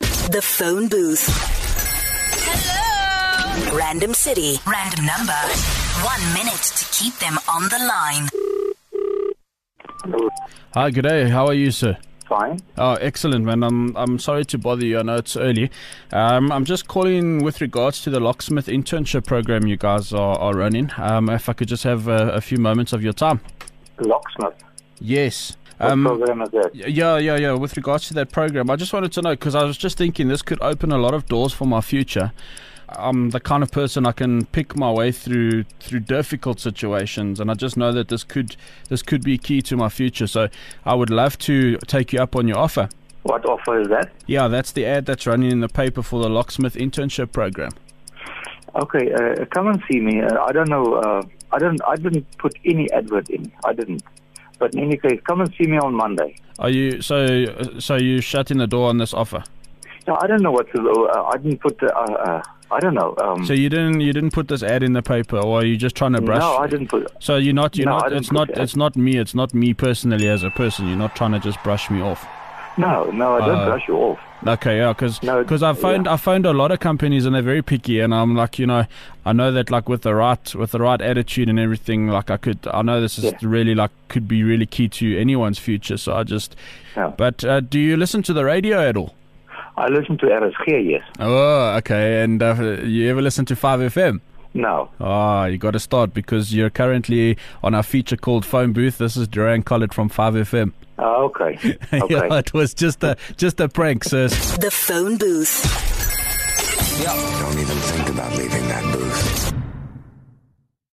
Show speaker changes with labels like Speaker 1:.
Speaker 1: The phone booth. Hello! Random city, random number. One minute to keep them on the line.
Speaker 2: Hi, good day. How are you, sir?
Speaker 3: Fine.
Speaker 2: Oh, excellent, man. I'm I'm sorry to bother you. I know it's early. Um, I'm just calling with regards to the locksmith internship program you guys are, are running. Um, if I could just have a, a few moments of your time.
Speaker 3: Locksmith.
Speaker 2: Yes.
Speaker 3: What
Speaker 2: Um,
Speaker 3: program is that?
Speaker 2: yeah, yeah, yeah. With regards to that program, I just wanted to know because I was just thinking this could open a lot of doors for my future. I'm the kind of person I can pick my way through through difficult situations, and I just know that this could this could be key to my future. So I would love to take you up on your offer.
Speaker 3: What offer is that?
Speaker 2: Yeah, that's the ad that's running in the paper for the locksmith internship program.
Speaker 3: Okay, uh, come and see me. Uh, I don't know. Uh, I don't. I didn't put any advert in. I didn't. But in any case, come and see me on Monday.
Speaker 2: Are you so so you shutting the door on this offer?
Speaker 3: No, I don't know what to. Uh, I didn't put. The, uh, uh, I don't know. Um,
Speaker 2: So you didn't you didn't put this ad in the paper, or are you just trying to brush?
Speaker 3: no, I didn't put.
Speaker 2: So you're not you're
Speaker 3: No, I
Speaker 2: not
Speaker 3: didn't
Speaker 2: it's not
Speaker 3: put the ad.
Speaker 2: it's not me it's not me personally as a person. You're not trying to just brush me off.
Speaker 3: No, no, I don't
Speaker 2: Uh,
Speaker 3: brush you off.
Speaker 2: Okay, yeah, because
Speaker 3: No,
Speaker 2: I phoned
Speaker 3: yeah.
Speaker 2: I phoned a lot of companies and they're very picky and I'm like you know I know that like with the right with the right attitude and everything like I could I know this is
Speaker 3: Yeah.
Speaker 2: really like could be really key to anyone's future. So I just
Speaker 3: No.
Speaker 2: but uh, do you listen to the radio at all?
Speaker 3: I listen to RSG. Yes.
Speaker 2: Oh, okay. And uh, you ever listen to 5FM?
Speaker 3: No.
Speaker 2: Ah, you got to start because you're currently on our feature called Phone Booth. This is Duran Collard from 5FM.
Speaker 3: Uh, okay. Okay.
Speaker 2: yeah, it was just a just a prank, sir.
Speaker 1: The phone booth.
Speaker 4: Don't even think about leaving that booth.